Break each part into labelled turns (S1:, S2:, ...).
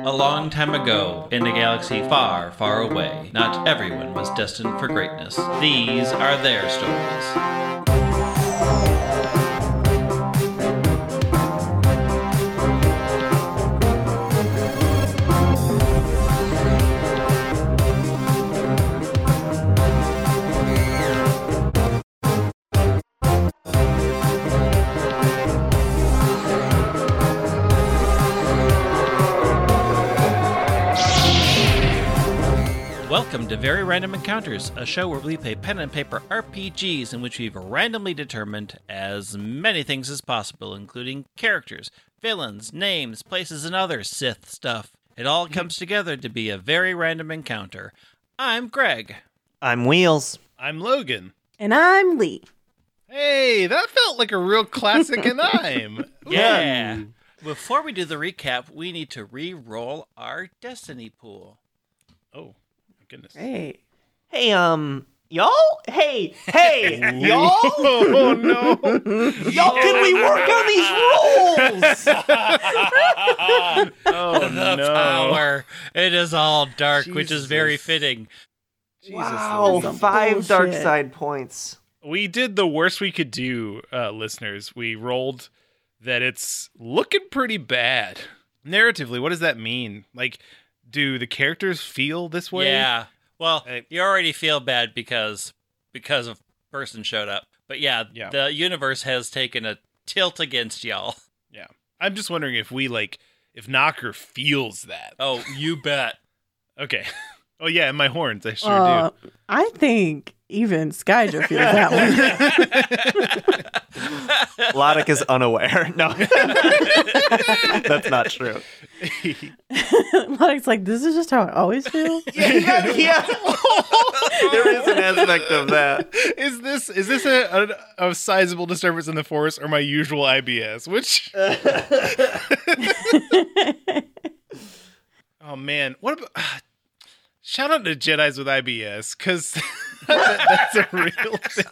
S1: A long time ago, in a galaxy far, far away, not everyone was destined for greatness. These are their stories. Welcome to Very Random Encounters, a show where we play pen and paper RPGs in which we've randomly determined as many things as possible, including characters, villains, names, places, and other Sith stuff. It all comes together to be a very random encounter. I'm Greg.
S2: I'm Wheels.
S3: I'm Logan.
S4: And I'm Lee.
S3: Hey, that felt like a real classic and I'm.
S2: Yeah.
S1: Before we do the recap, we need to re roll our destiny pool.
S3: Oh, my goodness.
S4: Great.
S2: Hey, um, y'all? Hey, hey, y'all?
S3: Oh, no.
S2: Y'all, can we work on these rules?
S3: Oh,
S1: the power. It is all dark, which is very
S3: Jesus.
S1: fitting.
S3: Jesus.
S2: wow,
S4: Some
S2: five dark
S4: bullshit.
S2: side points.
S3: We did the worst we could do, uh, listeners. We rolled that it's looking pretty bad. Narratively, what does that mean? Like, do the characters feel this way?
S1: Yeah. Well,
S3: Hey.
S1: you already feel bad because because a person showed up. But yeah,
S3: Yeah.
S1: the universe has taken a tilt against y'all.
S3: I'm just wondering if we, like, if Knocker feels that.
S1: Oh, you bet.
S3: Okay. Oh, yeah, and my horns. I sure
S4: Uh, I think even Skyja feels that one.
S2: Lodic is unaware. No. That's not true.
S3: do.
S4: Lodic's like, this is just how I always feel.
S2: Yeah, yeah, there is an aspect of that.
S3: is this is this a, a, a sizable disturbance in the forest or my usual IBS? Which
S2: Uh,
S3: oh man, what about shout out to Jedi's with IBS because that's a real thing.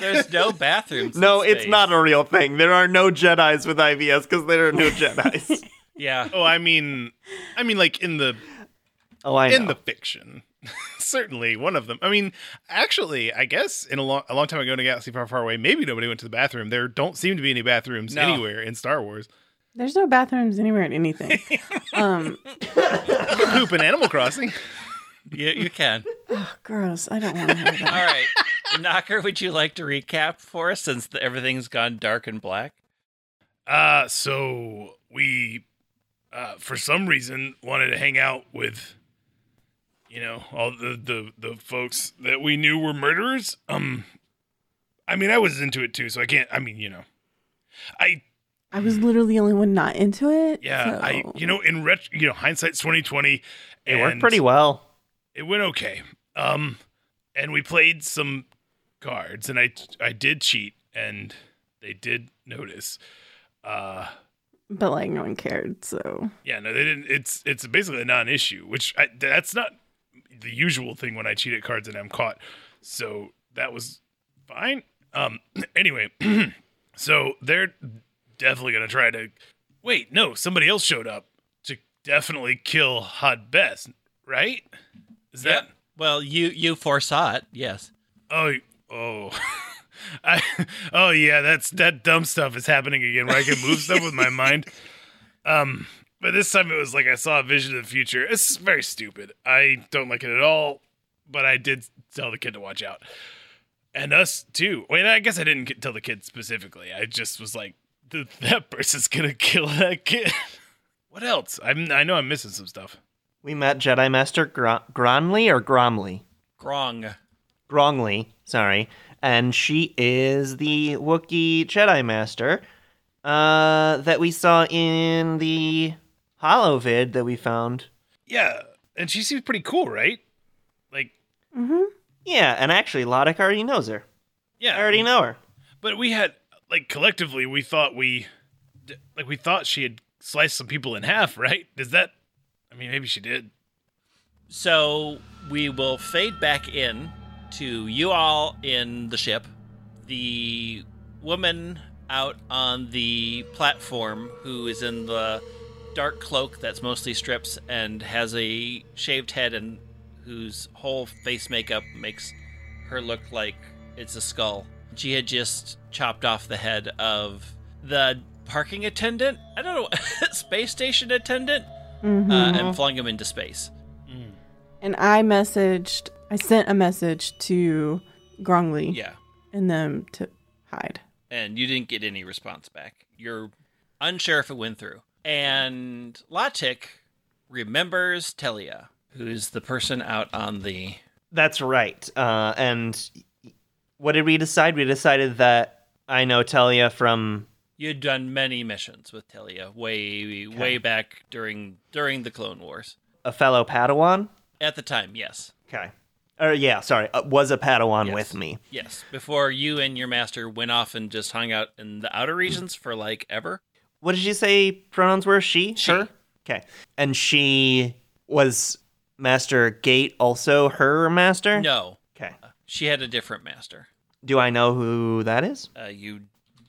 S1: There's no bathrooms. in
S2: No, it's
S1: space.
S2: not a real thing. There are no Jedi's with IBS because there are no Jedi's.
S1: Yeah.
S3: Oh, I mean, I mean like in the
S2: Oh, I know.
S3: in the fiction. Certainly, one of them. I mean, actually, I guess in a long, a long time ago in a galaxy far, far away, maybe nobody went to the bathroom. There don't seem to be any bathrooms
S1: No.
S3: anywhere in Star Wars.
S4: There's no bathrooms anywhere in anything. Um,
S3: Poop in Animal Crossing.
S1: You you can.
S4: gross. I don't want to have
S1: All
S4: that.
S1: right. Knocker, would you like to recap for us since the, everything's gone dark and black?
S5: Uh, so we, uh, for some reason, wanted to hang out with, you know, all the the the folks that we knew were murderers. Um, I mean, I was into it too, so I can't. I mean, you know, I
S4: I was literally the only one not into it.
S5: yeah,
S4: so-
S5: I you know, in ret you know, hindsight's twenty twenty.
S2: it worked pretty well.
S5: It went okay. Um, and we played some cards, and I I did cheat, and they did notice. Uh.
S4: But like, no one cared. So
S5: Yeah, no, they didn't. It's it's basically a non-issue, which I, that's not the usual thing when I cheat at cards and I'm caught. So that was fine. Um, anyway, so they're definitely gonna try to. Wait, no, somebody else showed up to definitely kill Hadbest, right? Is that?
S1: Well, you you foresaw it. Yes.
S5: Oh, oh. I, oh yeah, that's that dumb stuff is happening again where I can move stuff with my mind. Um, but this time it was like I saw a vision of the future. It's very stupid. I don't like it at all, but I did tell the kid to watch out. And us too. Wait, I guess I didn't get- tell the kid specifically. I just was like, "Th- that person's gonna kill that kid. what else? I'm, I know I'm missing some stuff.
S2: We met Jedi Master Gr- Gronly or Gromley?
S1: Grong.
S2: Grongly, sorry. And she is the Wookiee Jedi Master uh, that we saw in the Hollow vid that we found.
S5: Yeah, and she seems pretty cool, right? Like,
S2: Yeah, and actually, Lodic already knows her.
S5: yeah,
S2: I already know her.
S5: But we had like collectively we thought we d- like we thought she had sliced some people in half, right? Is that I mean maybe she did.
S1: So we will fade back in to you all in the ship, the woman out on the platform who is in the dark cloak that's mostly strips and has a shaved head and whose whole face makeup makes her look like it's a skull. She had just chopped off the head of the parking attendant. I don't know, space station attendant,
S4: Mhm.
S1: uh, and flung him into space.
S4: and I messaged, I sent a message to Grongli
S1: Yeah,
S4: and them to hide.
S1: and you didn't get any response back. You're unsure if it went through. And Latik remembers Telia, who's the person out on the
S2: That's right. Uh, and what did we decide? We decided that I know Telia from.
S1: You'd done many missions with Telia way way back during during the Clone Wars.
S2: a fellow Padawan.
S1: At the time, yes.
S2: Okay. Or yeah, sorry, uh, was a Padawan
S1: Yes.
S2: with me.
S1: Yes. Before you and your master went off and just hung out in the outer regions for like ever.
S2: What did you say pronouns were? She,
S1: She.
S2: her. Okay. And she was Master Gate, also her master.
S1: No.
S2: Okay.
S1: She had a different master.
S2: Do I know who that is?
S1: Uh, you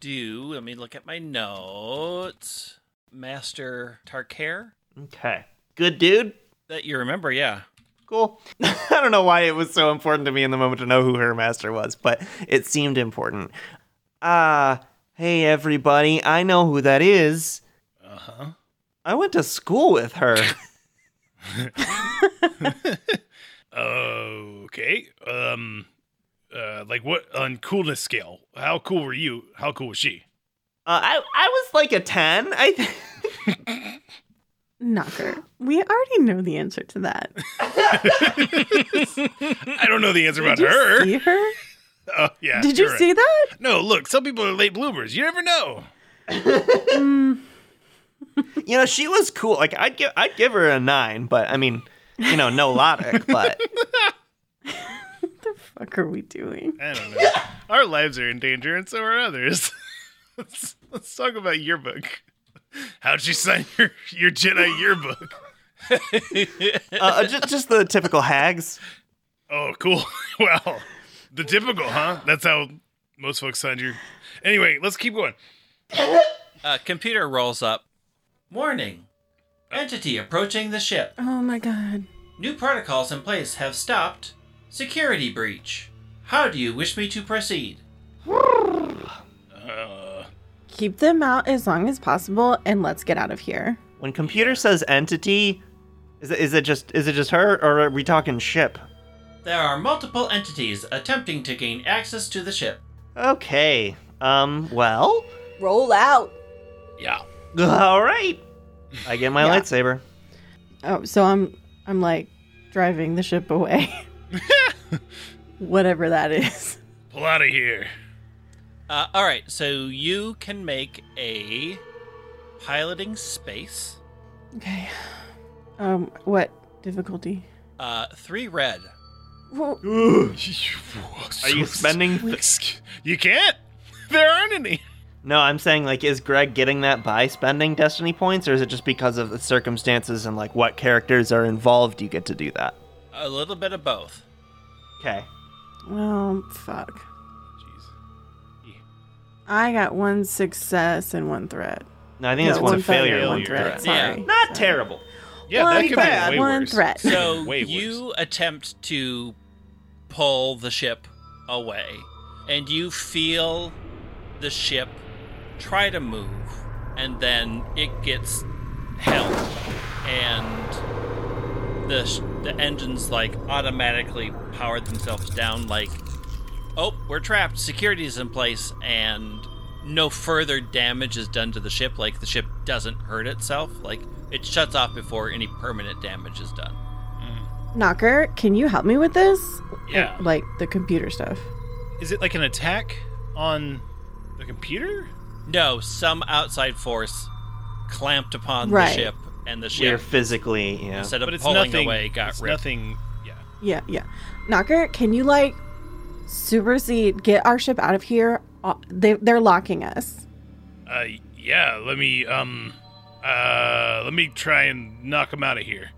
S1: do. Let me look at my notes. Master Tarkare?
S2: Okay. Good dude.
S1: That you remember, yeah.
S2: Cool. I don't know why it was so important to me in the moment to know who her master was, but it seemed important. Ah, hey everybody, I know who that is.
S3: Uh huh.
S2: I went to school with her. Uh,
S5: Okay. Um uh like what on coolness scale? How cool were you? How cool was she?
S2: Uh, I I was like a ten. I th-
S4: Knocker. We already know the answer to that.
S5: Hmm, I don't know the answer about
S4: Did you
S5: her.
S4: see her?
S5: Oh yeah.
S4: Did you
S5: you're right.
S4: see that?
S5: No, look, some people are late bloomers. You never know.
S4: Mm,
S2: you know she was cool. Like I'd give I'd give her a nine, but I mean, you know, no logic. But
S4: what the fuck are we doing?
S5: I don't know. Our lives are in danger and so are others. let's, let's talk about yearbook. How'd you sign your, your Jedi yearbook?
S2: uh, just just the typical hags.
S5: Oh, cool. well, the typical, huh? That's how most folks signed your. Anyway, let's keep going.
S1: Uh, computer rolls up. Warning. Entity approaching the ship.
S4: Oh my god.
S1: New protocols in place have stopped. Security breach. How do you wish me to proceed?
S4: Keep them out as long as possible and let's get out of here.
S2: When computer says entity, is it, is it just is it just her or are we talking ship?
S1: There are multiple entities attempting to gain access to the ship.
S2: Okay. Um. Well.
S6: Roll out.
S3: Yeah.
S2: All right. I get my
S4: Yeah.
S2: lightsaber.
S4: Oh, so I'm I'm like driving the ship away. Whatever that is.
S5: Pull out of here.
S1: Uh, all right, so you can make a piloting space.
S4: Okay. Um what difficulty?
S1: Uh, three red.
S4: Well,
S2: Are you spending?
S5: You can't. There aren't any.
S2: No, I'm saying like, is Greg getting that by spending destiny points, or is it just because of the circumstances and like what characters are involved? You get to do that.
S1: A little bit of both.
S2: Okay.
S4: well, fuck.
S5: Jeez.
S4: I got one success and one threat.
S2: No, I think
S4: No,
S2: it's one, failure,
S4: failure, one
S2: one
S4: threat.
S2: threat.
S1: Yeah.
S4: Sorry.
S2: Not
S4: Sorry.
S2: terrible.
S5: Yeah,
S4: One
S5: that could
S4: bad,
S5: be way
S4: one
S5: worse.
S4: threat.
S1: So
S5: Way worse.
S1: you attempt to pull the ship away, and you feel the ship try to move, and then it gets held, and the sh- the engines like automatically power themselves down. Like, oh, we're trapped. Security is in place, and no further damage is done to the ship. Like the ship doesn't hurt itself. Like it shuts off before any permanent damage is done.
S4: Knocker, can you help me with this?
S5: Yeah.
S4: Like the computer stuff.
S5: Is it like an attack on the computer?
S1: No, some outside force clamped upon
S4: Right.
S1: the ship, and the
S2: We're
S1: ship,
S2: physically, yeah.
S1: instead of
S5: But it's
S1: pulling
S5: nothing.
S1: away, got
S5: it's
S1: ripped.
S5: nothing. Yeah.
S4: Yeah, yeah. Knocker, can you like supersede, get our ship out of here? Uh, They they're locking us.
S5: Uh, yeah. Let me um, uh, let me try and knock him out of here.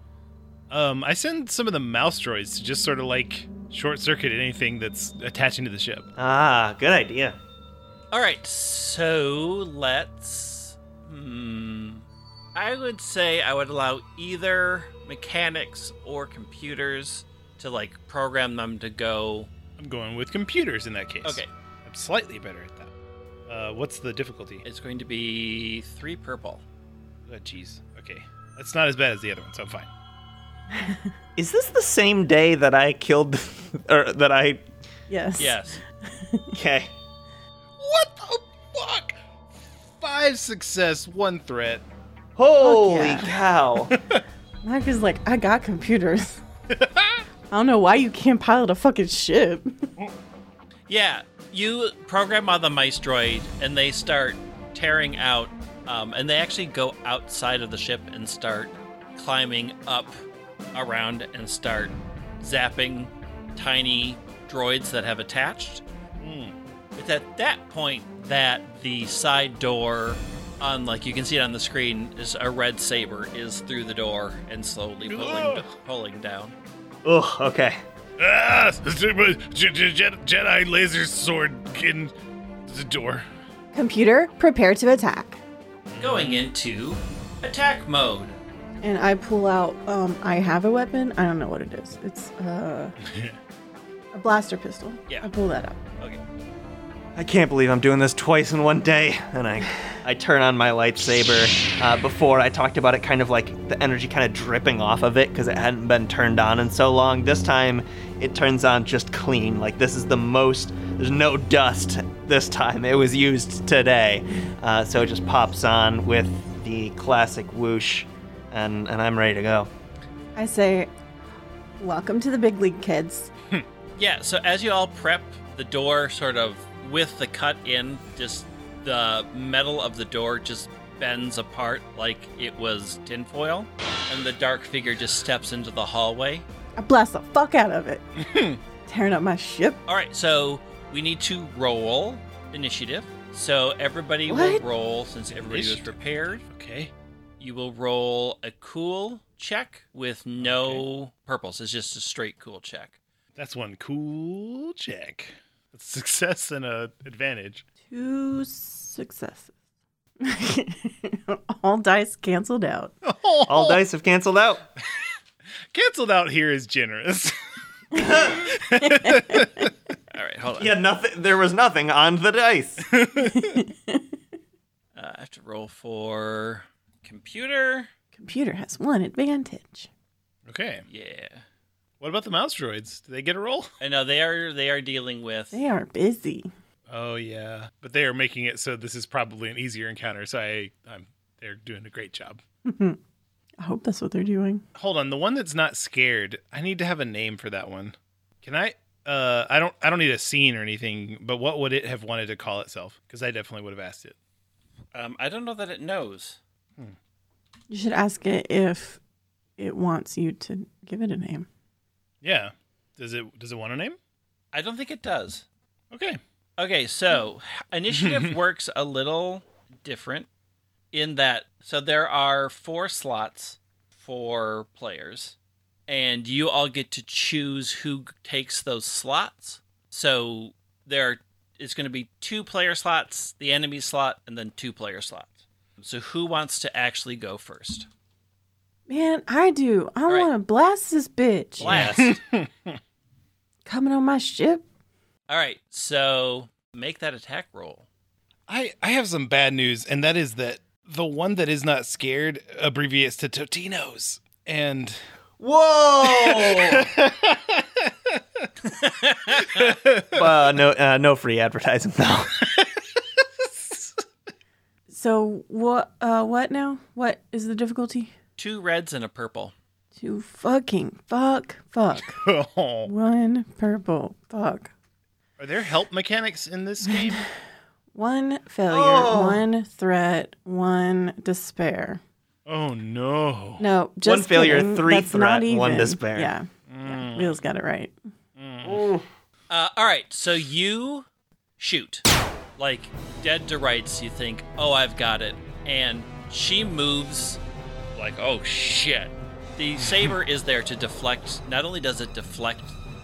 S3: Um, I send some of the mouse droids to just sort of like short circuit anything that's attaching to the ship.
S2: Ah, good idea.
S1: All right, so let's. Hmm, I would say I would allow either mechanics or computers to like program them to go.
S5: I'm going with computers in that case.
S1: Okay,
S5: I'm slightly better at that. Uh, what's the difficulty?
S1: it's going to be three purple.
S5: Oh, jeez. Okay. That's not as bad as the other one, so I'm fine.
S2: Is this the same day that I killed, or that I?
S4: Yes.
S1: Yes.
S2: Okay.
S5: What the fuck? Five success, one threat.
S2: Holy
S4: yeah.
S2: cow!
S4: Mark is like, I got computers. I don't know why you can't pilot a fucking ship.
S1: Yeah, you program on the mice droid, and they start tearing out, um, and they actually go outside of the ship and start climbing up around and start zapping tiny droids that have attached. It's at that point that the side door, on like you can see it on the screen, is a red saber is through the door and slowly pulling, pulling down.
S2: Ugh. Okay.
S7: Ah, Jedi laser sword in the door.
S4: Computer, prepare to attack.
S1: Going into attack mode.
S4: And I pull out, um, I have a weapon. I don't know what it is. It's uh, a blaster pistol.
S1: Yeah.
S4: I pull that out.
S1: Okay.
S2: I can't believe I'm doing this twice in one day. And I, I turn on my lightsaber. Uh, before I talked about it, kind of like the energy kind of dripping off of it because it hadn't been turned on in so long. This time, it turns on just clean. Like this is the most. There's no dust this time. It was used today, uh, so it just pops on with the classic whoosh, and and I'm ready to go.
S4: I say, Welcome to the big league, kids.
S1: Yeah, so as you all prep, the door sort of with the cut in, just the metal of the door just bends apart like it was tinfoil, and the dark figure just steps into the hallway.
S4: I blast the fuck out of it. Tearing up my ship.
S1: All right, so we need to roll initiative. So everybody will
S4: What?
S1: roll since everybody
S5: Initiative.
S1: was prepared.
S5: Okay.
S1: You will roll a cool check with no purples. It's just a straight cool check.
S5: That's one cool check. That's success and a advantage.
S4: Two successes. All dice canceled out.
S2: All dice have canceled out.
S5: Canceled out here is generous.
S1: All right, hold on.
S2: Yeah, nothing. There was nothing on the dice.
S1: Uh, I have to roll for computer.
S4: Computer has one advantage.
S5: okay.
S1: Yeah.
S5: What about the mouse droids? Do they get a roll?
S1: I know they are they are dealing with
S4: They are busy.
S5: Oh yeah. But they are making it so this is probably an easier encounter, so I I'm they're doing a great job.
S4: I hope that's what they're doing.
S5: Hold on, the one that's not scared, I need to have a name for that one. Can I uh I don't I don't need a scene or anything, but what would it have wanted to call itself? Because I definitely would have asked it.
S1: um I don't know that it knows.
S4: You should ask it if it wants you to give it a name.
S5: Yeah. Does it does it want a name?
S1: I don't think it does.
S5: Okay.
S1: Okay, so initiative works a little different in that so there are four slots for players and you all get to choose who takes those slots. So there are, it's going to be two player slots, the enemy slot and then two player slots. So who wants to actually go first?
S4: Man, I do. I
S1: right.
S4: want to blast this bitch.
S1: Last.
S4: Coming on my ship.
S1: All right, so make that attack roll.
S5: I I have some bad news, and that is that the one that is not scared abbreviates to Totinos. And
S2: Whoa! uh, no, uh, no free advertising though.
S4: So what? Uh, what now? What is the difficulty?
S1: Two reds and a purple.
S4: To fucking fuck, fuck.
S5: oh,
S4: One purple, fuck.
S5: are there help mechanics in this game?
S4: One failure,
S2: Oh.
S4: one threat, one despair.
S5: oh no.
S4: No, just
S2: failure,
S4: kidding.
S2: three
S4: That's not
S2: threat, one
S4: even.
S2: despair. Mm.
S4: Yeah, yeah. Wheels got it right.
S1: Uh, all right, so you shoot. Like, dead to rights, you think, oh, I've got it. And she moves, like, oh, shit. The saber is there to deflect. Not only does it deflect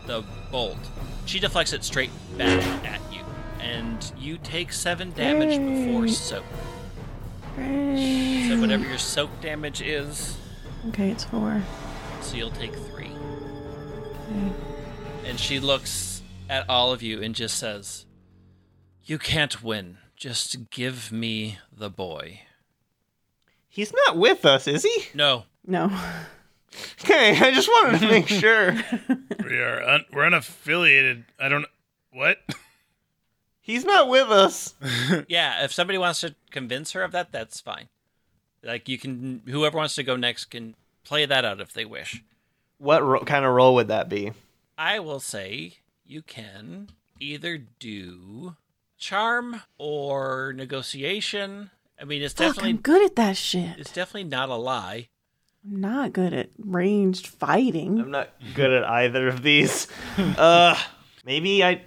S1: the bolt, she deflects it straight back at you. And you take seven damage before soak.
S4: Right.
S1: So whatever your soak damage is,
S4: Okay, it's four.
S1: so you'll take three. And she looks at all of you and just says, "You can't win. Just give me the boy."
S2: He's not with us, is he?
S1: No,
S4: No.
S2: Okay, I just wanted to make sure.
S5: We are un- we're unaffiliated. I don't what?
S2: He's not with us.
S1: yeah. If somebody wants to convince her of that, that's fine. Like you can, whoever wants to go next can play that out if they wish.
S2: What ro- kind of role would that be?
S1: I will say you can either do charm or negotiation. I mean, it's
S4: Fuck, I'm
S1: definitely
S4: good at that shit.
S1: it's definitely not a lie.
S4: I'm not good at ranged fighting.
S2: I'm not good at either of these. Uh, maybe I.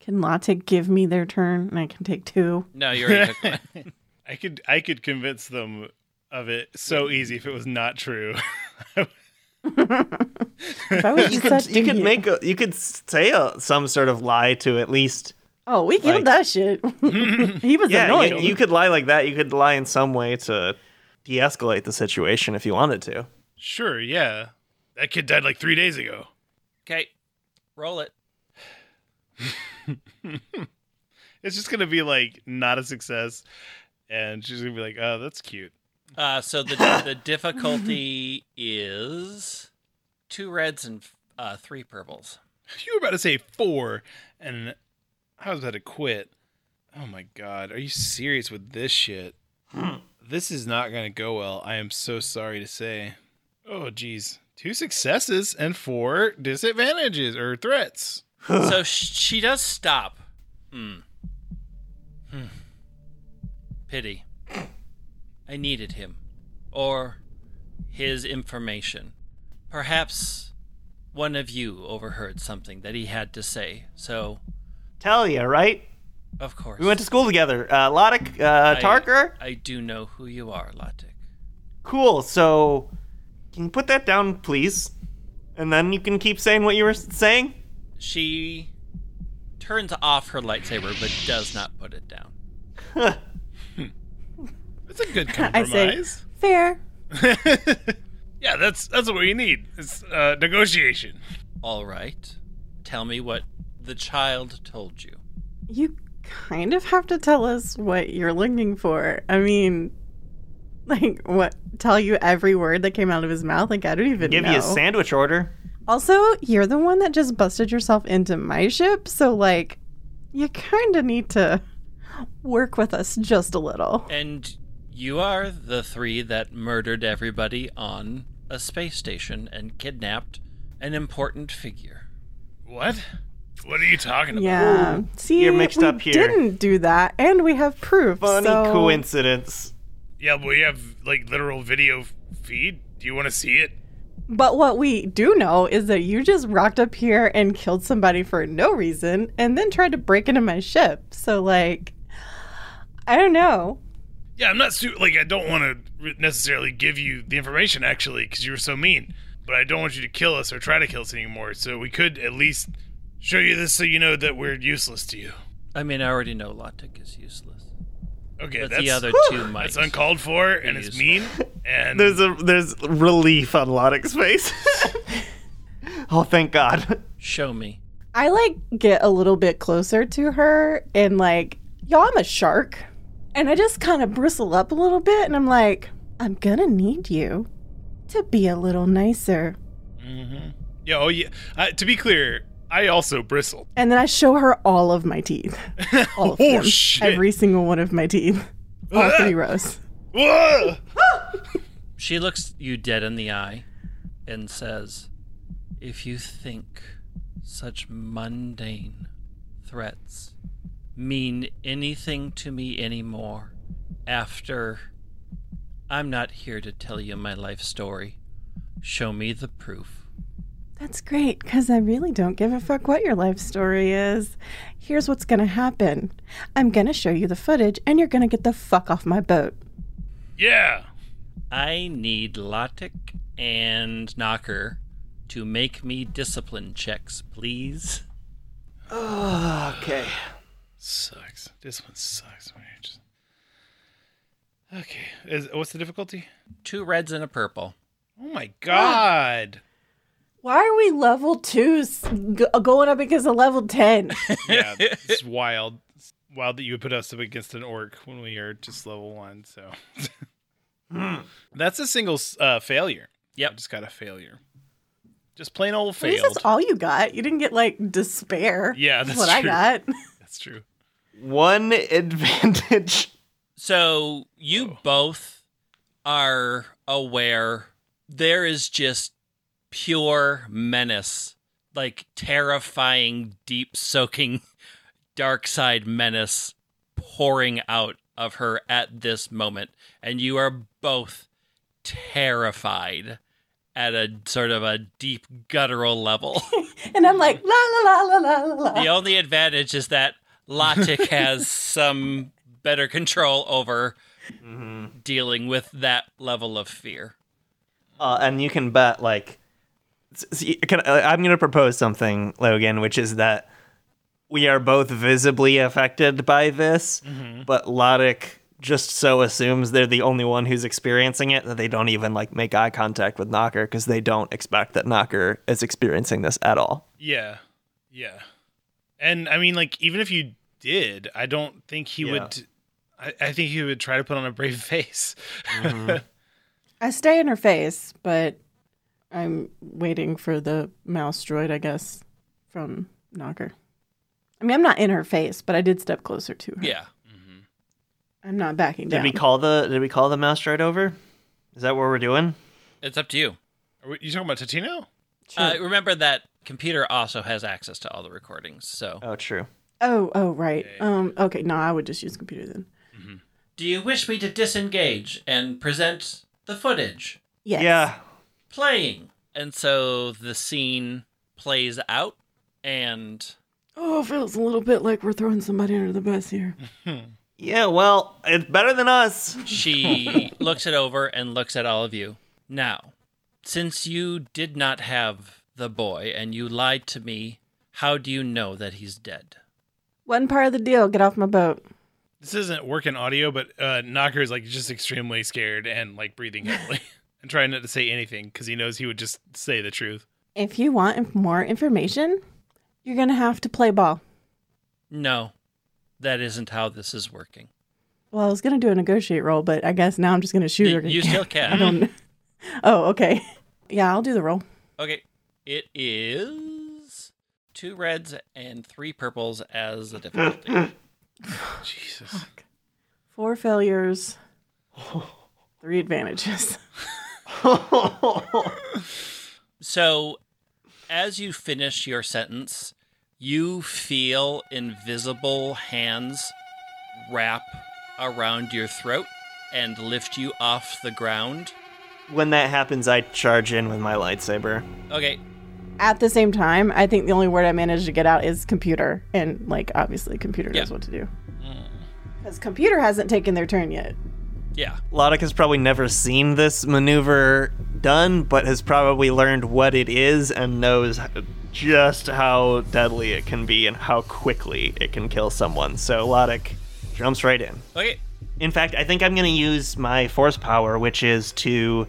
S4: Can Latte give me their turn and I can take two?
S1: No, you already took one.
S3: I could I could convince them of it so easy if it was not true.
S4: If I was
S2: You
S4: just
S2: could
S4: said
S2: you
S4: to
S2: could make a, you could say a, some sort of lie to at least.
S4: Oh, we killed
S2: like-
S4: that shit. he was
S2: Yeah,
S4: annoying.
S2: you, you could lie like that. You could lie in some way to de-escalate the situation if you wanted to.
S3: sure, yeah.
S5: That kid died like three days ago.
S1: Okay, roll it.
S3: It's just gonna be like not a success, and she's gonna be like, "Oh, that's cute."
S1: Uh, so the the difficulty is two reds and uh, three purples.
S3: You were about to say four, and I was about to quit. Oh my god, are you serious with this shit? this is not gonna go well. I am so sorry to say. Oh geez, two successes and four disadvantages or threats.
S1: so sh- she does stop. Hmm. Hmm. Pity. I needed him, or his information. Perhaps one of you overheard something that he had to say. So,
S2: Tell you right.
S1: of course,
S2: We went to school together. Uh, Lodic, uh,
S1: I-
S2: Tarker.
S1: I do know who you are, Latik.
S2: Cool. So, can you put that down, please? And then you can keep saying what you were s- saying.
S1: She turns off her lightsaber but does not put it down.
S3: That's a good
S4: I say,
S3: compromise.
S4: fair.
S5: Yeah, that's that's what you need. It's uh, negotiation.
S1: All right. Tell me what the child told you.
S4: You kind of have to tell us what you're looking for. I mean, like, what? Tell you every word that came out of his mouth? Like, I don't even
S2: Give
S4: know.
S2: you a sandwich order.
S4: also, you're the one that just busted yourself into my ship. So, like, you kind of need to work with us just a little.
S1: And you are the three that murdered everybody on a space station and kidnapped an important figure.
S5: What? What are you talking about?
S4: Yeah. See,
S2: you're mixed
S4: we
S2: up here.
S4: didn't do that, and we have proof.
S2: Funny
S4: so-
S2: coincidence.
S5: Yeah, but we have like literal video f- feed. Do you want to see it?
S4: But what we do know is that you just rocked up here and killed somebody for no reason and then tried to break into my ship. So, like, I don't know.
S5: Yeah, I'm not su- like I don't want to necessarily give you the information actually because you were so mean. But I don't want you to kill us or try to kill us anymore. So we could at least show you this so you know that we're useless to you.
S1: I mean, I already know Lotik is useless.
S5: Okay,
S1: But
S5: that's
S1: the other two might.
S5: that's uncalled for and it's
S1: useful.
S5: mean. And
S2: There's a there's relief on Lodic's face. oh, thank God.
S1: Show me.
S4: I like get a little bit closer to her and, like, y'all, I'm a shark. And I just kind of bristle up a little bit and I'm like, I'm gonna need you to be a little nicer.
S3: Yeah. Oh yeah. Uh, to be clear, I also bristled.
S4: And then I show her all of my teeth. All of
S3: Oh,
S4: them.
S3: shit.
S4: Every single one of my teeth. All three rows.
S3: Whoa!
S1: She looks you dead in the eye and says, If you think such mundane threats mean anything to me anymore after I'm not here to tell you my life story, show me the proof.
S4: That's great, because I really don't give a fuck what your life story is. Here's what's gonna happen I'm gonna show you the footage, and you're gonna get the fuck off my boat.
S5: yeah,
S1: I need Lotic and Knocker to make me discipline checks, please.
S2: okay.
S3: Sucks. This one sucks. When you're just... Okay. Is, what's the difficulty?
S1: Two reds and a purple.
S3: Oh my god.
S4: Why are we level two s- g- uh, going up against a level 10?
S3: yeah, it's wild. It's wild that you would put us up against an orc when we are just level one. So that's a single s- uh, failure.
S1: Yep.
S3: I just got a failure. Just plain old
S4: At least
S3: failed.
S4: that's all you got. You didn't get like despair.
S3: Yeah, that's
S4: what
S3: true.
S4: I got.
S3: That's true.
S2: One advantage.
S1: So you both are aware there is just pure menace, like terrifying, deep soaking, dark side menace pouring out of her at this moment. And you are both terrified at a sort of a deep guttural level.
S4: And I'm like, la la la la la la. la.
S1: the only advantage is that Lotic has some better control over dealing with that level of fear.
S2: Uh, and you can bet, like, s- s- you can, uh, I'm going to propose something, Logan, which is that we are both visibly affected by this, but Lodic just so assumes they're the only one who's experiencing it that they don't even like make eye contact with Knocker because they don't expect that Knocker is experiencing this at all.
S3: Yeah. Yeah. And I mean, like, even if you did, I don't think he would. I, I think he would try to put on a brave face.
S4: I stay in her face, but I'm waiting for the mouse droid, I guess, from Knocker. I mean, I'm not in her face, but I did step closer to her.
S1: Yeah.
S4: I'm not backing
S2: Did
S4: down.
S2: we call the Did we call the mouse droid over? Is that what we're doing?
S1: It's up to you.
S3: Are we, you talking about Tatino?
S4: Sure.
S1: Uh, remember that computer also has access to all the recordings. So,
S2: Oh, true.
S4: oh, oh, right. Um, okay, no, I would just use computer then.
S1: do you wish me to disengage and present the footage
S4: Yes.
S2: Yeah.
S1: playing? And so the scene plays out and
S4: Oh, it feels a little bit like we're throwing somebody under the bus here.
S2: Yeah. Well, it's better than us.
S1: she looks it over and looks at all of you. Now, since you did not have the boy and you lied to me, how do you know that he's dead?
S4: One part of the deal, get off my boat.
S3: This isn't working audio, but uh, Knocker is like just extremely scared and like breathing heavily and trying not to say anything because he knows he would just say the truth.
S4: If you want inf- more information, you're going to have to play ball.
S1: No, that isn't how this is working.
S4: Well, I was going to do a negotiate roll, but I guess now I'm just going to shoot
S1: You,
S4: her.
S1: you still can.
S4: I don't know. Oh, okay. Yeah, I'll do the roll.
S1: Okay. It is two reds and three purples as the difficulty.
S3: Jesus.
S4: Four failures, three advantages.
S1: so, as you finish your sentence, you feel invisible hands wrap around your throat and lift you off the ground.
S2: When that happens, I charge in with my lightsaber.
S1: Okay.
S4: At the same time, I think the only word I managed to get out is computer. And, like, obviously, computer knows
S1: Yeah. Mm.
S4: what to do. Because computer hasn't taken their turn yet.
S1: Yeah.
S2: Lodic has probably never seen this maneuver done, but has probably learned what it is and knows just how deadly it can be and how quickly it can kill someone. So Lodic jumps right in.
S1: Okay.
S2: In fact, I think I'm going to use my force power, which is to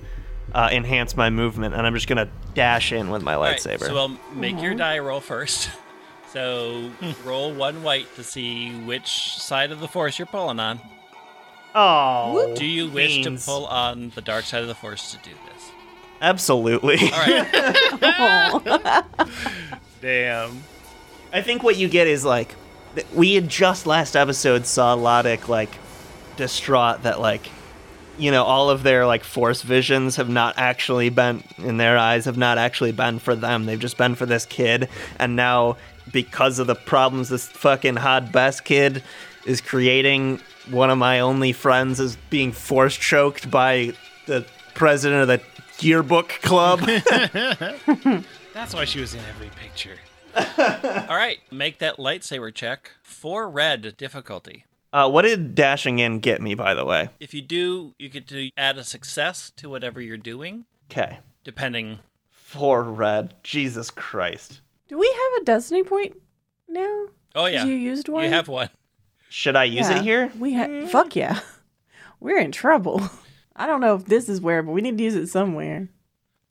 S2: uh, enhance my movement, and I'm just going to dash in with my
S1: All right,
S2: lightsaber.
S1: so I'll make your die roll first. So roll one white to see which side of the force you're pulling on.
S2: oh,
S1: Do you wish
S2: beans.
S1: to pull on the dark side of the force to do this?
S2: Absolutely.
S1: All right.
S3: Damn.
S2: I think what you get is like th- we had just last episode saw Lodic like distraught that like you know all of their like force visions have not actually been in their eyes have not actually been for them they've just been for this kid and now because of the problems this fucking hot best kid is creating one of my only friends is being force choked by the president of the yearbook club
S3: That's why she was in every picture.
S1: All right. Make that lightsaber check. Four red difficulty.
S2: uh, what did dashing in get me by the way
S1: If you do, you get to add a success to whatever you're doing,
S2: okay
S1: depending.
S2: Four red. Jesus Christ.
S4: Do we have a destiny point now?
S1: Oh, yeah.
S4: You used one?
S1: You have one.
S2: Should I use
S4: Yeah.
S2: it here?
S4: We ha- Fuck yeah. we're in trouble. I don't know if this is where, but we need to use it somewhere.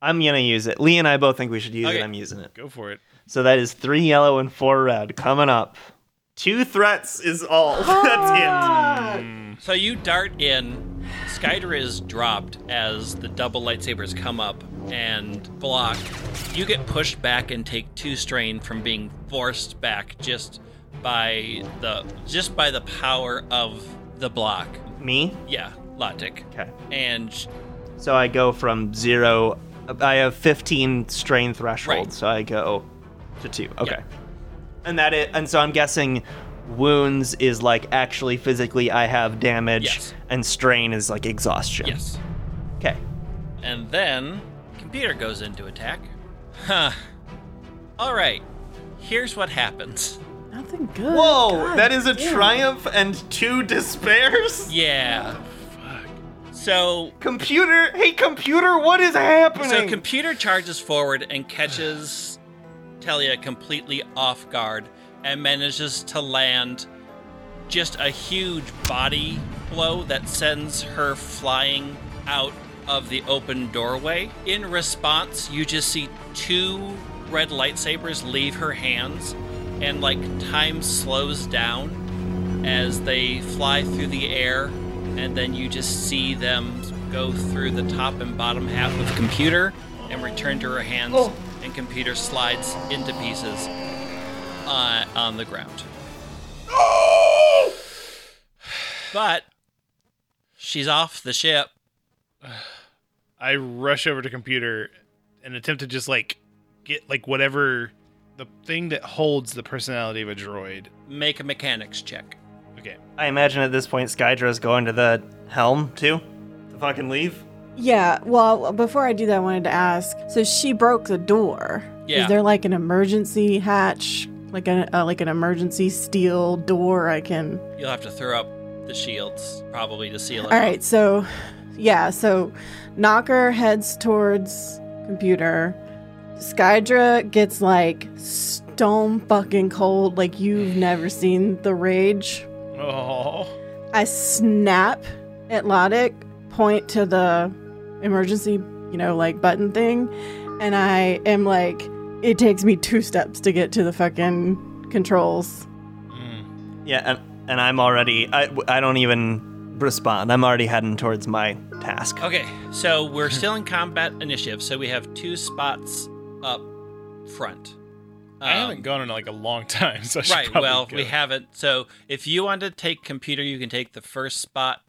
S2: I'm gonna use it. Lee and I both think we should use
S3: Okay.
S2: it. I'm using it.
S3: Go for it.
S2: So that is three yellow and four red coming up. Two threats is all. That's
S1: So you dart in. Skyder is dropped as the double lightsabers come up and block. You get pushed back and take two strain from being forced back just by the just by the power of the block.
S2: it. Me?
S1: Yeah, Logic.
S2: Okay.
S1: And sh-
S2: So I go from zero. I have 15 strain threshold,
S1: Right.
S2: so I go to two. Okay.
S1: Yeah.
S2: And that is, and so I'm guessing wounds is like actually physically I have damage,
S1: Yes.
S2: and strain is like exhaustion.
S1: yes.
S2: Okay.
S1: And then computer goes into attack. Huh. All right. Here's what happens.
S4: Nothing good. Oh God damn.
S2: and two despairs.
S1: Yeah. So
S2: Computer, hey computer, what is happening?
S1: So computer charges forward and catches Telia completely off guard and manages to land just a huge body blow that sends her flying out of the open doorway. In response, you just see two red lightsabers leave her hands and like time slows down as they fly through the air and then you just see them go through the top and bottom half of the computer and return to her hands and computer slides into pieces uh, on the ground. But she's off the ship.
S5: I rush over to computer and attempt to just like get like whatever the thing that holds the personality of a droid.
S1: Make a mechanics check.
S5: Okay.
S2: I imagine at this point Skydra's going to the helm too. To fucking leave.
S4: Yeah, well, before I do that, I wanted to ask. So she broke the door.
S1: Yeah.
S4: Is there like an emergency hatch, like a uh, like an emergency steel door I can?
S1: You'll have to throw up the shields probably to seal it.
S4: All right, so yeah, so Knocker heads towards computer. Skydra gets like stone fucking cold, like you've never seen the rage.
S5: Oh.
S4: I snap at Lodic, point to the emergency, you know, like button thing, and I am like, it takes me two steps to get to the fucking controls.
S5: Mm.
S2: Yeah, and, and I'm already. I, I don't even respond. I'm already heading towards my task.
S1: Okay, so we're still in combat initiative, so we have two spots up front.
S5: I
S1: Um,
S5: haven't gone in like a long time, so I should
S1: Right.
S5: probably
S1: Well,
S5: go.
S1: we haven't. So if you want to take computer, you can take the first spot,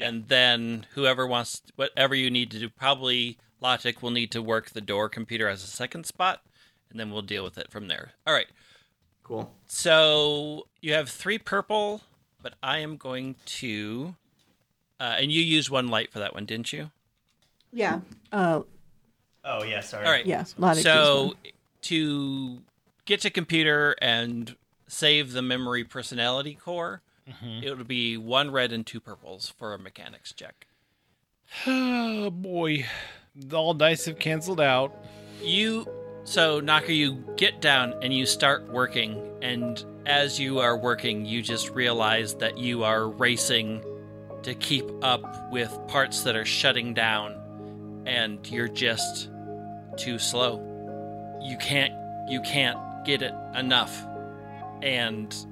S1: and then whoever wants whatever you need to do. Probably Logic will need to work the door computer as a second spot, and then we'll deal with it from there. All right.
S2: Cool.
S1: So you have three purple, but I am going to, uh, and you used one light for that one, didn't you?
S4: Yeah. Uh,
S2: Oh yeah, sorry.
S1: All right.
S4: yeah. Lodic.
S1: so to get to computer and save the memory personality core it would be one red and two purples for a mechanics check
S5: Oh boy. All dice have canceled out.
S1: you so Naka, you get down and you start working and as you are working you just realize that you are racing to keep up with parts that are shutting down and you're just too slow you can't you can't get it enough and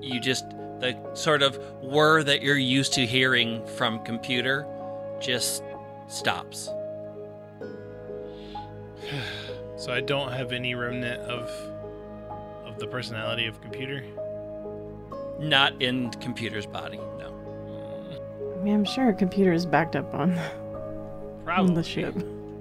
S1: you just the sort of whir that you're used to hearing from computer just stops
S5: So I don't have any remnant of of the personality of computer.
S1: Not in computer's body, no.
S4: I mean, I'm sure a computer is backed up on, on the ship.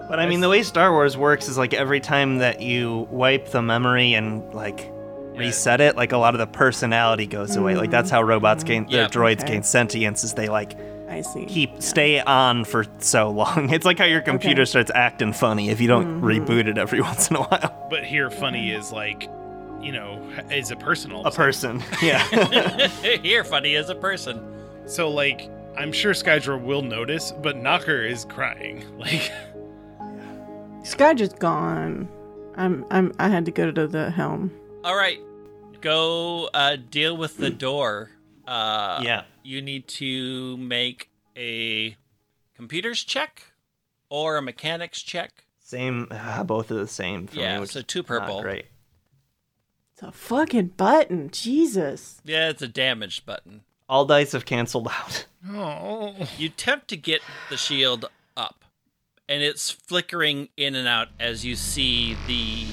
S2: But I mean, the way Star Wars works is like every time that you wipe the memory and like reset it, like a lot of the personality goes away. Like that's how robots gain their
S1: Yep.
S2: droids
S4: Okay.
S2: gain sentience is they like
S4: I see.
S2: keep stay on for so long. It's like how your computer starts acting funny if you don't reboot it every once in a while.
S5: But here, funny is like, you know, is a personal.
S2: A person, yeah.
S1: Here, funny as a person.
S5: So like, I'm sure Skydra will notice, but Knocker is crying. Like,
S4: Skydra's gone. I'm. I'm. I had to go to the helm.
S1: All right, go uh, deal with the door. Uh,
S2: yeah.
S1: You need to make a computers check or a mechanics check.
S2: Same, ah, both are the same. For
S1: Yeah,
S2: me, which
S1: so
S2: is
S1: two
S2: not
S1: purple.
S2: Great.
S4: It's a fucking button. Jesus.
S1: Yeah, it's a damaged button.
S2: All dice have canceled out.
S5: Oh.
S1: You attempt to get the shield up, and it's flickering in and out as you see the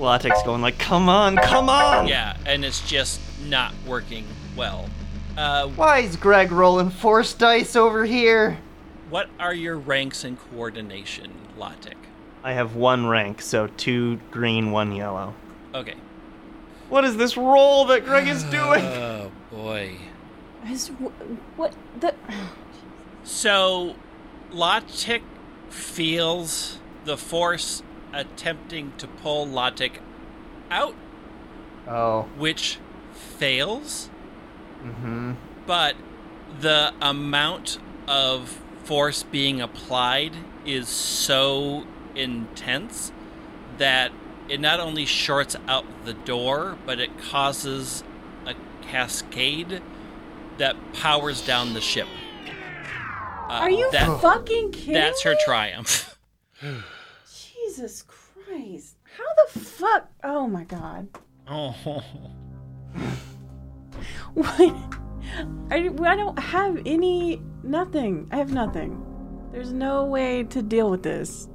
S2: Latex going like, come on, come on.
S1: yeah, and it's just not working well. Uh,
S2: Why is Greg rolling force dice over here?
S1: what are your ranks in coordination, Lotic?
S2: I have one rank, so two green, one yellow.
S1: Okay.
S2: What is this roll that Greg is doing?
S1: Oh boy.
S4: Is, what the?
S1: Oh, So, Lotic feels the force attempting to pull Lotic out,
S2: Oh,
S1: which fails,
S2: mm-hmm.
S1: but the amount of force being applied is so intense that it not only shorts out the door, but it causes a cascade that powers down the ship. Uh,
S4: Are you
S1: that-
S4: fucking kidding?
S1: That's her
S4: me?
S1: triumph.
S4: Jesus Christ. How the fuck? Oh my god.
S5: Oh.
S4: What? I, I don't have any. Nothing. I have nothing. There's no way to deal with this.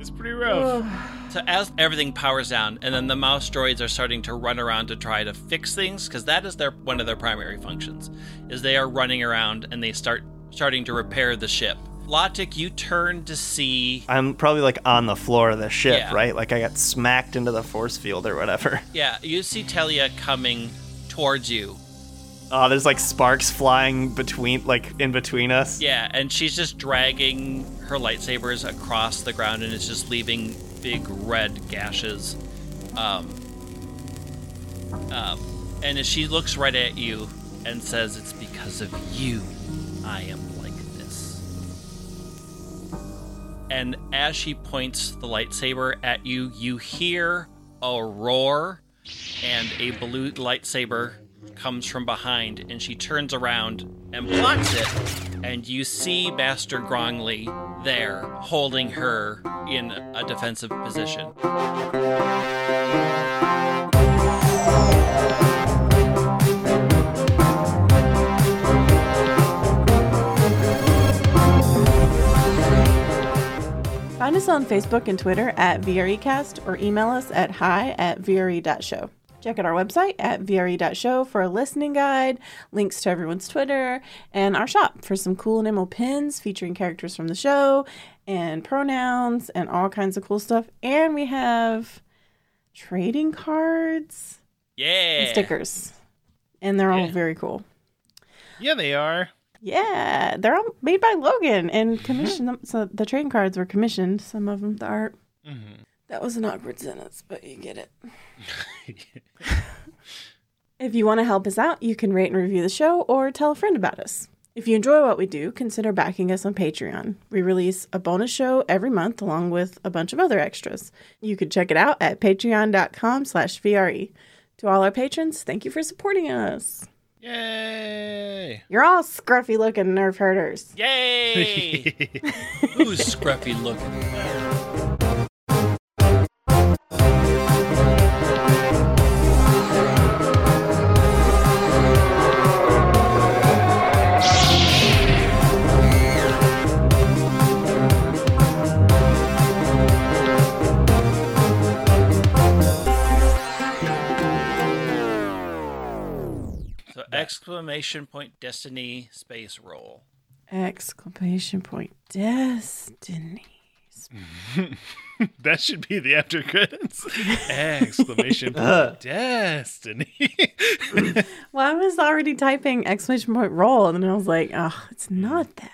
S5: It's pretty rough.
S1: So as everything powers down, and then the mouse droids are starting to run around to try to fix things, because that is their one of their primary functions, is they are running around and they start starting to repair the ship. Lotic, you turn to see
S2: I'm probably like on the floor of the ship,
S1: Yeah.
S2: right? Like I got smacked into the force field or whatever.
S1: yeah, you see Telia coming towards you.
S2: Oh, there's like sparks flying between, like in between us.
S1: Yeah, and she's just dragging her lightsabers across the ground and it's just leaving big red gashes. Um, um, and as she looks right at you and says, It's because of you I am like this. And as she points the lightsaber at you, you hear a roar and a blue lightsaber comes from behind and she turns around and blocks it and you see master grongley there holding her in a defensive position
S4: Find us on Facebook and Twitter at VREcast or email us at hi at VRE.show. Check out our website at VRE.show for a listening guide, links to everyone's Twitter, and our shop for some cool enamel pins featuring characters from the show and pronouns and all kinds of cool stuff. And we have trading cards
S1: yeah
S4: and stickers, and they're all very cool.
S5: Yeah, they are.
S4: Yeah, they're all made by Logan and commissioned them. So the trading cards were commissioned, some of them, the art. That was an awkward sentence, but you get it. if you want to help us out, you can rate and review the show or tell a friend about us. If you enjoy what we do, consider backing us on Patreon. We release a bonus show every month along with a bunch of other extras. You can check it out at patreon.com slash VRE. To all our patrons, thank you for supporting us.
S5: Yay.
S4: You're all scruffy looking nerf herders.
S1: yay who's scruffy looking so exclamation point destiny space roll
S4: Exclamation point. Destiny.
S5: That should be the after credits. Exclamation point. Destiny.
S4: Well, I was already typing exclamation point roll, and then I was like, oh, it's not that.